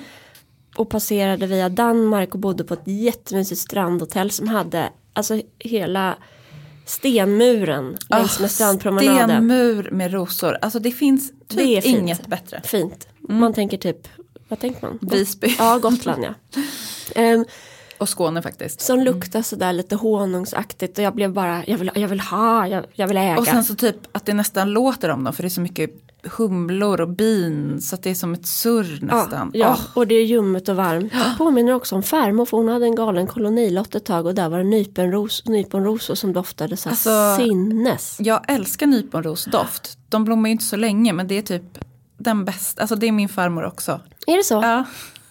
B: Och passerade via Danmark och bodde på ett jättemysigt strandhotell som hade alltså hela stenmuren
A: Ah,
B: längs med strandpromenaden.
A: Stenmur med rosor, alltså det finns typ
B: Det är fint.
A: inget bättre.
B: Fint.
A: Mm.
B: Man tänker typ, vad tänker man?
A: Visby
B: Ja, Gotland ja. Ehm,
A: och Skåne faktiskt.
B: som luktar sådär lite honungsaktigt och jag blev bara, jag vill, jag vill ha, jag, jag vill äga.
A: Och sen så typ att det nästan låter om dem för det är så mycket humlor och bin så att det är som ett surr nästan.
B: Ah,
A: Ah,
B: Ja, ja.
A: Åh,
B: och det är ljummet och varmt. Det påminner också om farmor för hon hade en galen kolonilott ett tag och där var det nyponros, nyponrosor som doftade så här
A: Alltså-
B: sinnes.
A: jag älskar nyponrosdoft, de blommar ju inte så länge men det är typ den bästa, alltså det är min farmor också.
B: Är det så? Mm,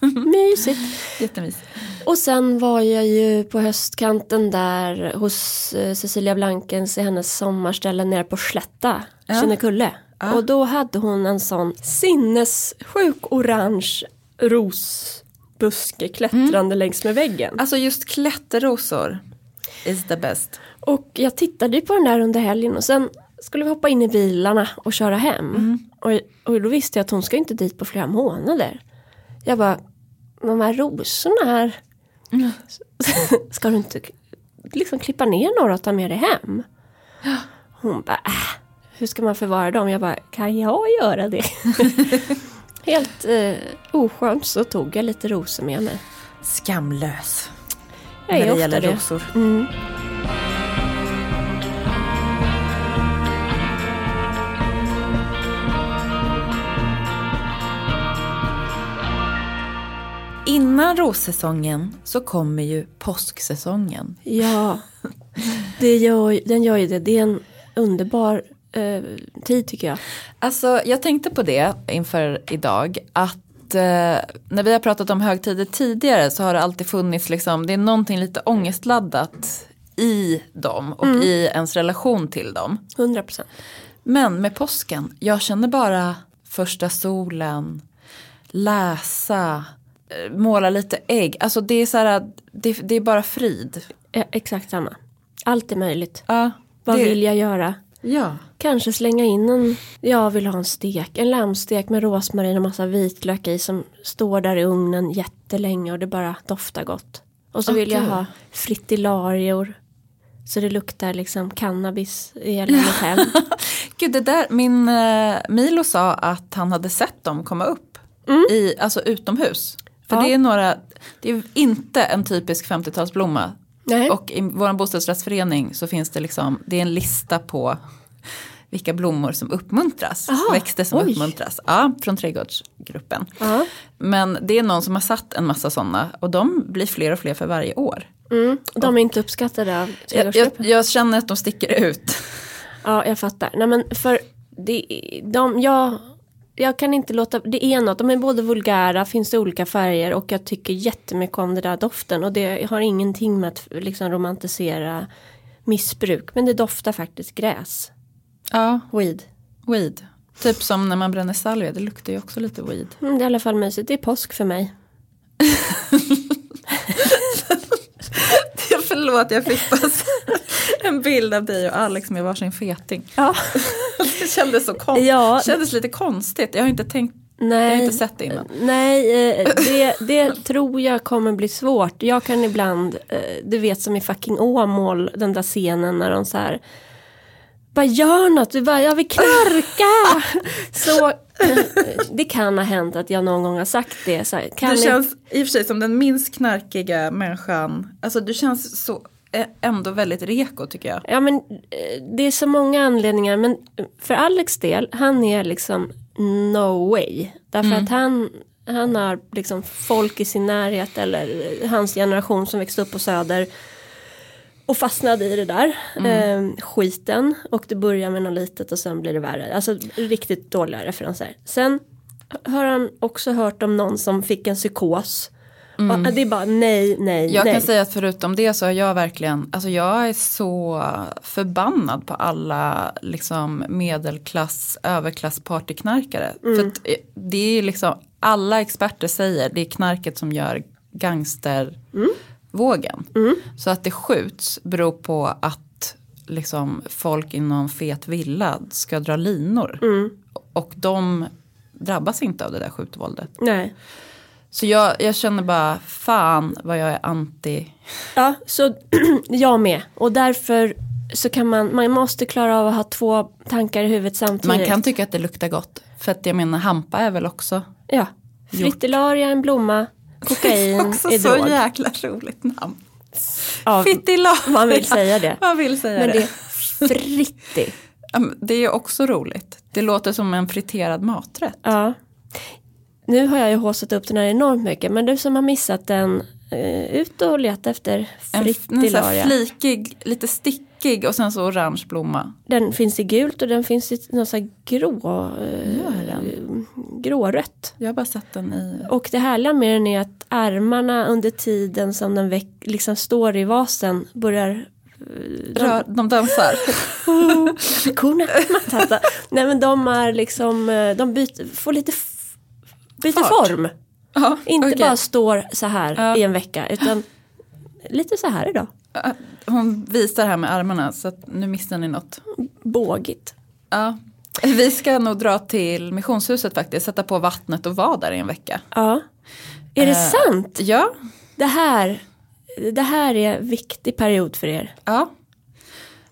A: Ja,
B: Mysigt.
A: jättemysigt.
B: Och sen var jag ju på höstkanten där hos eh, Cecilia Blankens i hennes sommarställe nere på Slätta,
A: Ja.
B: Kinnekulle.
A: Ja.
B: Och då hade hon en sån sinnessjuk orange rosbuske klättrande
A: Mm.
B: längs med väggen.
A: Alltså just klätterrosor is the best.
B: Och jag tittade ju på den där under helgen och sen skulle vi hoppa in i bilarna och köra hem.
A: Mm.
B: Och, och då visste jag att hon ska inte dit på flera månader. Jag bara, de här rosorna här,
A: Mm.
B: ska du inte k- liksom klippa ner några och ta med dig hem? Hon bara, äh, hur ska man förvara dem? Jag bara, kan jag göra det? Helt eh, oskönt så tog jag lite rosor med mig.
A: Skamlös.
B: Jag
A: när
B: är
A: det
B: ofta
A: gäller
B: det.
A: rosor.
B: Mm.
A: Innan rossäsongen så kommer ju påsksäsongen.
B: Ja, det gör, ju- den gör ju det. Det är en underbar eh, tid tycker jag.
A: Alltså jag tänkte på det inför idag att eh, när vi har pratat om högtider tidigare så har det alltid funnits liksom, det är någonting lite ångestladdat i dem och i ens relation till dem.
B: 100 procent.
A: Men med påsken, jag känner bara första solen, läsa, eh, måla lite ägg. Alltså det är så här, det, det är bara frid.
B: Eh, exakt samma. Allt är möjligt.
A: Ja,
B: Vad
A: det,
B: vill jag göra?
A: Ja.
B: Kanske slänga in en, jag vill ha en stek, en lammstek med rosmarin och massa vitlök i som står där i ugnen jättelänge och det bara doftar gott. Och så
A: Åh,
B: vill jag
A: gud.
B: ha fritillarior så det luktar liksom cannabis i hela mitt hem.
A: Gud, det där, min eh, Milo sa att han hade sett dem komma upp, i, alltså utomhus. För
B: Mm. Ja.
A: det är några, det är inte en typisk 50-talsblomma.
B: Nej.
A: Och i vår bostadsrättsförening så finns det liksom, det är en lista på vilka blommor som uppmuntras.
B: Aha,
A: växter som
B: oj.
A: uppmuntras. Ja, från trädgårdsgruppen.
B: Ja.
A: Men det är någon som har satt en massa sådana och de blir fler och fler för varje år.
B: Mm. De är inte uppskattade av
A: Jag, jag, jag känner att de sticker ut.
B: Ja, jag fattar. Nej men för det, de, jag, jag kan inte låta, det är något, de är både vulgära, finns det olika färger och jag tycker jättemycket om den där doften och det har ingenting med att liksom romantisera missbruk. Men det doftar faktiskt gräs,
A: Ja,
B: weed.
A: weed. Typ som när man bränner salvia, det luktar ju också lite weed.
B: Mm, det är i alla fall mysigt, det är påsk för mig.
A: Förlåt, jag fick bara så- en bild av dig och Alex med varsin feting.
B: Ja,
A: Det kändes så konstigt.
B: Ja.
A: Det kändes lite konstigt. Jag har inte tänkt, jag har
B: nej.
A: inte sett det innan.
B: Nej, eh, det, det tror jag kommer bli svårt. Jag kan ibland, eh, du vet som i fucking Åmål, den där scenen när de så här bara gör något, du bara, jag vill knarka. så eh, det kan ha hänt att jag någon gång har sagt det. Så här, kan
A: Du
B: ni-
A: känns i och för sig som den minst knarkiga människan. Alltså du känns så eh, ändå väldigt reko tycker jag.
B: Ja men eh, det är så många anledningar men för Alex del, han är liksom no way. Därför
A: Mm.
B: att han, han har liksom folk i sin närhet eller eh, hans generation som växte upp på söder och fastnade i det där
A: Mm.
B: eh, skiten och det börjar med något litet och sen blir det värre. Alltså riktigt dåliga referenser. Sen har han också hört om någon som fick en psykos. Och eh, det är bara nej, nej,
A: Mm. Jag
B: nej.
A: kan säga att förutom det så har jag verkligen, alltså jag är så förbannad på alla liksom medelklass, överklass partyknarkare. För att eh, det är ju liksom, alla experter säger det är knarket som gör gangstervågen. Så att det skjuts beror på att liksom folk i någon fet villa ska dra linor. Och de drabbas inte av det där skjutvåldet.
B: Nej.
A: Så jag, jag känner bara, fan vad jag är anti.
B: Ja, så jag med. Och därför så kan man, man måste klara av att ha två tankar i huvudet samtidigt.
A: Man kan tycka att det luktar gott. För att jag menar, hampa är väl också.
B: Ja. Fritillaria, en blomma, kokain, är drog.
A: jäkla roligt namn.
B: Ja,
A: Fittilaria.
B: man vill säga det.
A: Man vill säga
B: Men
A: det.
B: det är
A: Det.
B: fritti.
A: det är ju också roligt. Det låter som en friterad maträtt.
B: Ja. Nu har jag ju haussat upp den här enormt mycket, men du som har missat den, eh, ut och leta efter
A: En, f- en sån här
B: fritillaria.
A: flikig, lite stickig och sen så orange blomma.
B: Den finns i gult och den finns i något så här grå,
A: Gör
B: eh, grårött.
A: Jag har bara sett den i...
B: Och det härliga med den är att armarna under tiden som den väck, liksom står i vasen börjar
A: Rör, de dansar.
B: korna matata. Nej men de är liksom, eh, de byter, får lite f- byter
A: Fart.
B: form.
A: ja,
B: Inte
A: okej.
B: bara står så här
A: Ja.
B: i en vecka utan lite så här idag.
A: Ja, Hon visar här med armarna så att nu missar ni något.
B: Bågigt.
A: Ja. Vi ska nog dra till missionshuset faktiskt, sätta på vattnet och vara där i en vecka.
B: Ja. Är det
A: Eh.
B: sant?
A: Ja,
B: Det här, det här är en viktig period för er.
A: ja.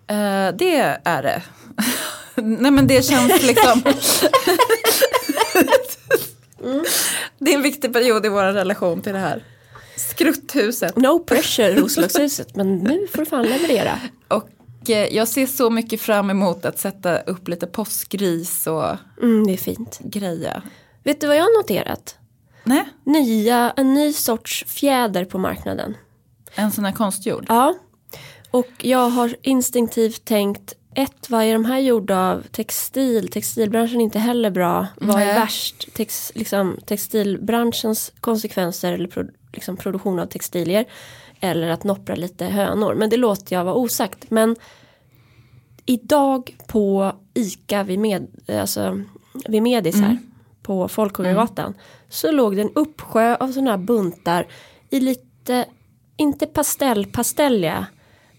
A: Eh, det är det. Nej men det känns liksom. Det är en viktig period i vår relation till det här. Skrutthuset.
B: No pressure Roslagshuset men nu får du fan leverera.
A: Och eh, jag ser så mycket fram emot att sätta upp lite påskris och
B: Mm, det är fint.
A: greja.
B: Vet du vad jag har noterat?
A: Nej,
B: nya, en ny sorts fjäder på marknaden.
A: en sån här konstgjord.
B: Ja. Och jag har instinktivt tänkt ett, vad är de här gjorda av? Textil, textilbranschen är inte heller bra. Vad är
A: Nej.
B: värst? Tex, liksom, textilbranschens konsekvenser eller pro, liksom, produktion av textilier. Eller att noppra lite hönor. Men det låter jag vara osagt. Men idag på ICA vid, med, alltså, vid Medis här på Folkungagatan så låg det en uppsjö av sådana här buntar i lite, inte pastell, pastelliga,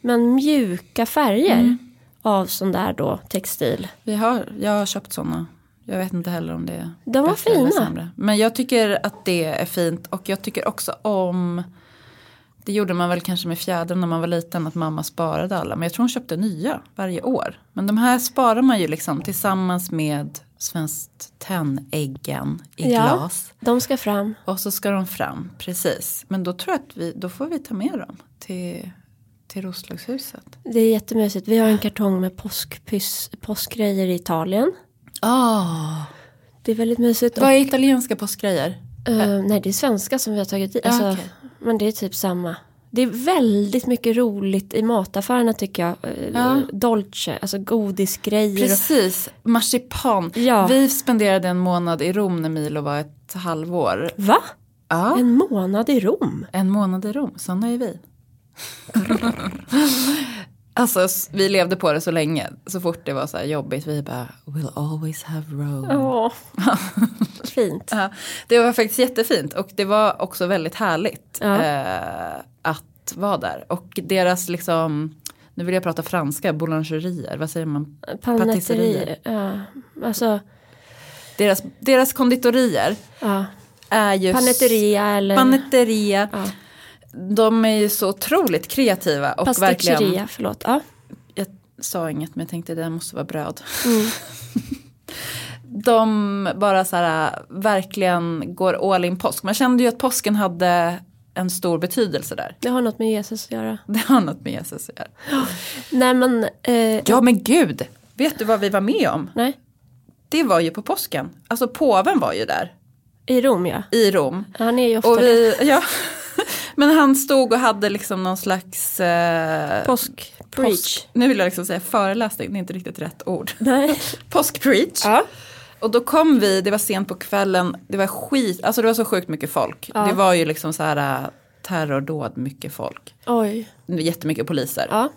B: men mjuka färger
A: Mm.
B: av sån där då textil.
A: Vi har, jag har köpt sådana. Jag vet inte heller om det är
B: De var
A: bättre eller
B: fina.
A: sämre. Men jag tycker att det är fint och jag tycker också om det gjorde man väl kanske med fjädern när man var liten att mamma sparade alla. Men jag tror hon köpte nya varje år. Men de här sparar man ju liksom tillsammans med Svenskt Tenn-äggen i
B: Ja.
A: glas.
B: De ska fram.
A: Och så ska de fram, precis. Men då tror jag att vi, då får vi ta med dem till, Till Roslagshuset?
B: Det är jättemysigt. Vi har en kartong med påskpys, påskgrejer i Italien.
A: Ah.
B: Det är väldigt mysigt.
A: Vad är italienska påskgrejer?
B: Eh, nej, det är svenska som vi har tagit i.
A: Ja,
B: Alltså,
A: Ah, okej.
B: Men det är typ samma. Det är väldigt mycket roligt i mataffärerna tycker jag. Eh,
A: Ja.
B: Dolce, alltså godisgrejer. Och,
A: Ah. Precis, marsipan.
B: Ja.
A: Vi spenderade en månad i Rom när Milo var ett halvår.
B: va?
A: Ja.
B: En månad i Rom?
A: En månad i Rom, sådana är vi. alltså s- vi levde på det så länge, så fort det var så här jobbigt, vi bara we'll always have Rome.
B: Ja. Fint.
A: Ja, det var faktiskt jättefint och det var också väldigt härligt
B: Ja.
A: eh, att vara där. Och deras liksom, nu vill jag prata franska, boulangerier, vad säger man?
B: Panetterier. Ja. Alltså,
A: Deras, deras konditorier
B: ja.
A: är ju...
B: Panetteria eller
A: Panetteria.
B: Ja.
A: De är ju så otroligt kreativa och verkligen.
B: pasticceria, förlåt. Ja.
A: Jag sa inget men jag tänkte det där måste vara bröd. De bara så här verkligen går all in påsk. Man kände ju att påsken hade en stor betydelse där.
B: Det har något med Jesus att göra.
A: Det har något med Jesus att göra.
B: Nej men, eh,
A: Ja men gud, vet du vad vi var med om?
B: nej.
A: Det var ju på påsken. Alltså påven var ju där
B: I Rom ja.
A: i Rom.
B: Han är ju ofta
A: Och vi, ja. Men han stod och hade liksom någon slags eh,
B: påsk.
A: påsk- Nu vill jag liksom säga föreläsning, det är inte riktigt rätt ord.
B: Nej.
A: Påskpreach.
B: Ja.
A: Och då kom vi, det var sent på kvällen, det var skit, alltså det var så sjukt mycket folk.
B: Ja.
A: Det var ju liksom så här eh, terrordåd, mycket folk.
B: Oj.
A: Jättemycket poliser.
B: Ja.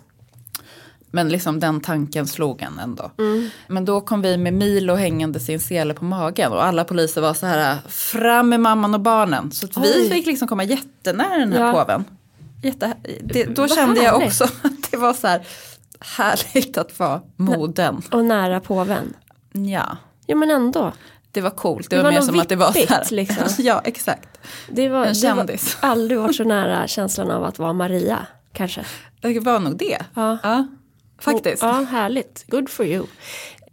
A: Men liksom den tanken slog en ändå.
B: Mm.
A: Men då kom vi med Milo hängande sin sele på magen och alla poliser var så här fram med mamman och barnen. Så att vi
B: Oj.
A: fick liksom komma jättenära den här
B: Ja.
A: påven. Jätte, det, då
B: Vad
A: kände jag
B: härligt.
A: också att det var så här härligt att vara moden.
B: Och nära påven.
A: Ja,
B: Jo men ändå.
A: det var coolt. Det,
B: Det
A: var,
B: var
A: mer
B: något
A: som att det var så här.
B: vippigt, liksom.
A: ja, exakt.
B: Det var,
A: En
B: det var
A: kändis.
B: aldrig varit så nära känslan av att vara Maria. Kanske.
A: Det var nog det.
B: Ja.
A: faktiskt.
B: Ja, härligt. Good for you.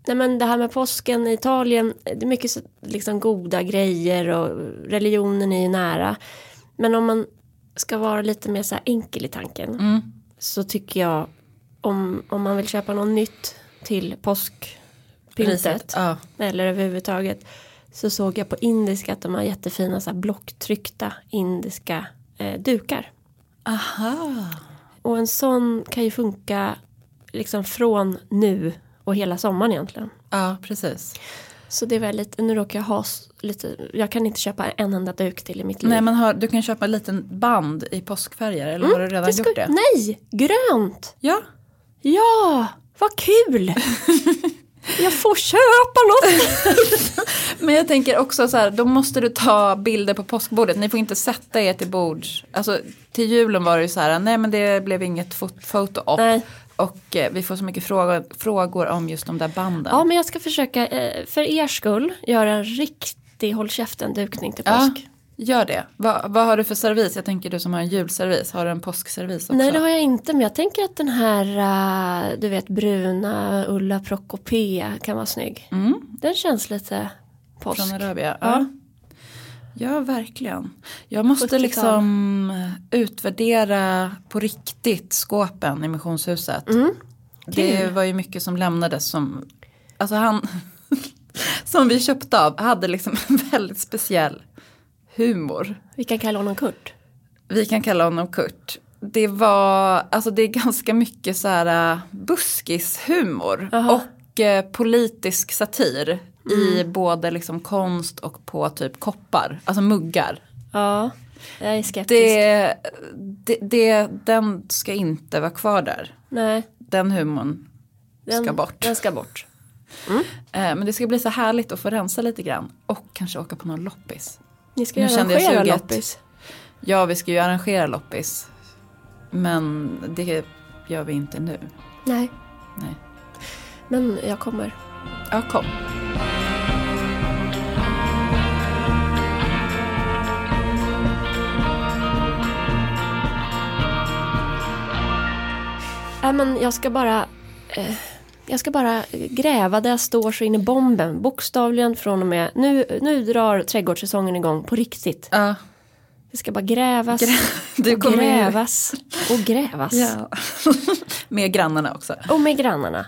B: Nej, men det här med påsken i Italien, det är mycket så, liksom, goda grejer och religionen är ju nära. Men om man ska vara lite mer så här enkel i tanken så tycker jag om, om man vill köpa något nytt till påskpyntet
A: Ja.
B: eller överhuvudtaget så såg jag på indiska att de har jättefina så här, blocktryckta indiska eh, dukar.
A: Aha.
B: Och en sån kan ju funka liksom från nu och hela sommaren egentligen.
A: Ja, precis.
B: Så det är väldigt, nu råkar jag ha s- lite, jag kan inte köpa en enda duk till i mitt liv.
A: Nej, men har, du kan köpa en liten band i påskfärger eller har du redan
B: Mm, Det ska-
A: gjort det?
B: Nej, grönt!
A: Ja.
B: Ja, vad kul! jag får köpa något!
A: Men jag tänker också så här, då måste du ta bilder på påskbordet. Ni får inte sätta er till bords. Alltså till julen var det ju så här, nej men det blev inget fot- foto op.
B: Nej.
A: Och eh, vi får så mycket frågor, frågor om just de där banden.
B: Ja, men jag ska försöka eh, för er skull göra en riktig håll käften-dukning till
A: Ja,
B: påsk.
A: gör det. Va, vad har du för servis? Jag tänker du som har en julservis, har du en påskservis också?
B: Nej det har jag inte men jag tänker att den här eh, du vet bruna Ulla Procopea kan vara snygg. Den känns lite påsk.
A: Mm. Från
B: Ja.
A: Arabia. Ja. ja, verkligen. Jag måste
B: 70-tal.
A: liksom utvärdera på riktigt skåpen i missionshuset. Det var ju mycket som lämnades som, alltså han som vi köpte av hade liksom en väldigt speciell humor.
B: Vi kan kalla honom Kurt.
A: Vi kan kalla honom Kurt. Det var, alltså det är ganska mycket så här äh, buskishumor
B: Aha.
A: och eh, politisk satir i både liksom konst och på typ koppar, alltså muggar.
B: Ja, jag är skeptisk.
A: Det, det, det, den ska inte vara kvar där.
B: Nej,
A: Den humorn
B: den
A: ska bort.
B: Den ska bort.
A: Eh, Men det ska bli så härligt att få rensa lite grann och kanske åka på någon loppis.
B: Ni ska
A: Nu
B: göra
A: kände jag
B: arrangera
A: suget.
B: loppis.
A: Ja, vi ska ju arrangera loppis. Men det gör vi inte nu.
B: Nej,
A: Nej.
B: men jag kommer.
A: Ja, kom.
B: Nej men jag ska bara eh, jag ska bara gräva där jag står så in i bomben. Bokstavligen från och med nu, nu drar trädgårdssäsongen igång på riktigt.
A: Ja.
B: Det ska bara grävas.
A: Du
B: och
A: kommer ju-
B: grävas. Och grävas.
A: Med grannarna också.
B: Och med grannarna.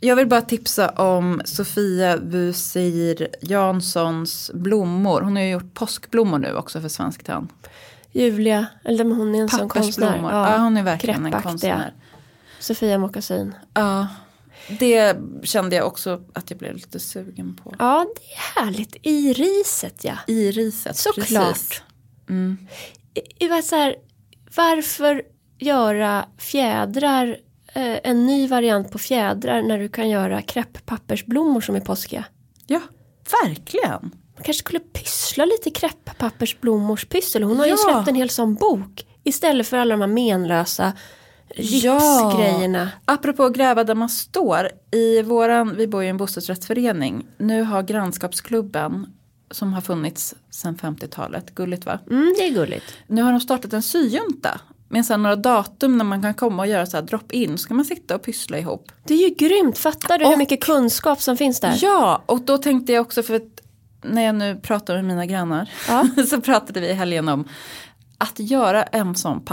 A: Jag vill bara tipsa om Sofia Busir Janssons blommor. Hon har ju gjort påskblommor nu också för Svensktann.
B: Julia, eller men hon är en sån konstnär.
A: Pappersblommor. Ja, hon är verkligen en
B: Kreppaktiga.
A: konstnär.
B: Sofia Mockasin.
A: Ja, det kände jag också att jag blev lite sugen på.
B: Ja, det är härligt. I riset ja.
A: I riset, precis. Mm.
B: Såklart. I- i- vad Så här, varför göra fjädrar, eh, en ny variant på fjädrar när du kan göra krepppappersblommor som är påskiga?
A: Ja, verkligen.
B: Man kanske skulle pyssla lite krepppappersblommors pyssel. Hon har ju
A: Ja.
B: släppt en hel sån bok. Istället för alla de här menlösa
A: Ja.
B: gipsgrejerna.
A: Apropå att gräva där man står. I våran, vi bor ju i en bostadsrättsförening. Nu har grannskapsklubben som har funnits sedan 50-talet, gulligt va?
B: Mm, det är gulligt.
A: Nu har de startat en syjunta. Med så här några datum när man kan komma och göra så här drop-in. Så kan man sitta och pyssla ihop.
B: Det är ju grymt. Fattar du hur
A: Och-
B: mycket kunskap som finns där?
A: Ja, och då tänkte jag också för att när jag nu pratar med mina grannar.
B: Ja.
A: så pratade vi i helgen om att göra en sån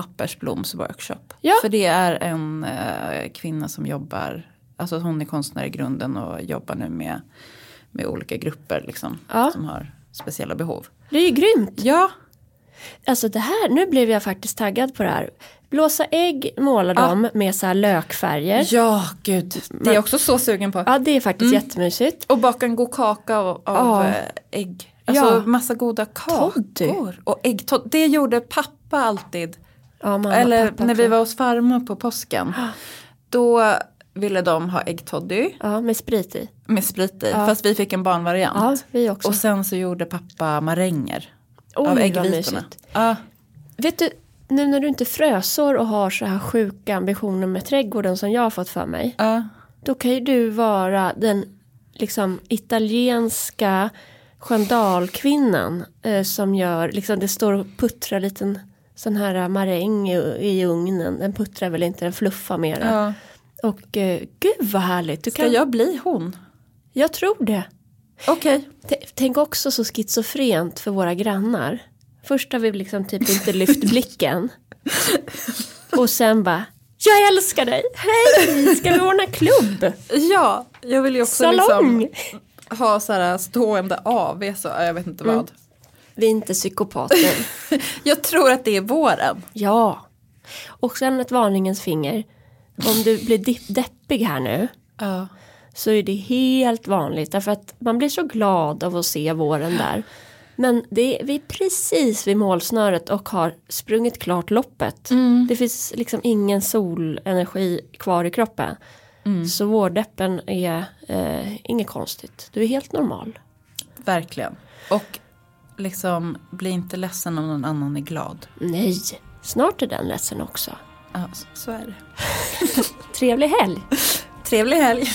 A: pappersblomsworkshop.
B: Ja.
A: För det är en eh, kvinna som jobbar, alltså hon är konstnär i grunden och jobbar nu med, med olika grupper liksom.
B: Ja.
A: Som har speciella behov.
B: Det är ju grymt.
A: Ja,
B: Alltså det här, nu blev jag faktiskt taggad på det här. Blåsa ägg målar de med så här lökfärger. Ja,
A: ja Mm. gud. Det är jag också så sugen på.
B: det är faktiskt jättemysigt.
A: Och baka en god kaka av, av
B: Ja.
A: eh, ägg. Alltså
B: Ja.
A: massa goda
B: Toddy.
A: kakor. Och äggtoddy. Det gjorde pappa alltid.
B: Ja, mamma,
A: Eller
B: pappa
A: när vi
B: också.
A: var hos farmor på Ah. påsken. Då ville de ha äggtoddy
B: Ja, med sprit i.
A: med sprit i.
B: Ja.
A: Fast vi fick en
B: Ja,
A: barnvariant.
B: vi också.
A: Och sen så gjorde pappa maränger.
B: Oj,
A: av
B: vad
A: äggvitorna.
B: mysigt.
A: Ja.
B: Vet du, nu när du inte frösår och har så här sjuka ambitioner med trädgården som jag har fått för mig.
A: ja.
B: Då kan ju du vara den liksom italienska skandalkvinnan eh, som gör, liksom det står och puttrar liten sån här eh, maräng i, i ugnen. Den puttrar väl inte, den fluffar mera.
A: Ja.
B: Och eh, gud vad härligt. Du
A: Ska
B: kan, jag?
A: jag bli hon?
B: jag tror det.
A: Okej.
B: T- Tänk också så schizofrent för våra grannar. Först har vi liksom typ inte lyft blicken. Och sen bara, jag älskar dig, hej, ska vi ordna klubb?
A: Ja, jag vill ju också
B: Salong!
A: liksom ha så här stående AV så jag vet inte vad.
B: Vi är inte psykopater.
A: Jag tror att det är våren.
B: Ja. Och sen ett varningens finger. Om du blir dipp- deppig här nu
A: Ja.
B: så är det helt vanligt därför att man blir så glad av att se våren där. Men det är, vi är precis vid målsnöret och har sprungit klart loppet. Det finns liksom ingen solenergi kvar i kroppen. Så vårdeppen är eh, inget konstigt. Du är helt normal.
A: Verkligen. Och liksom, bli inte ledsen om någon annan är glad.
B: Nej, snart är den ledsen också.
A: Ja, så- så är det.
B: Trevlig helg!
A: Trevlig helg!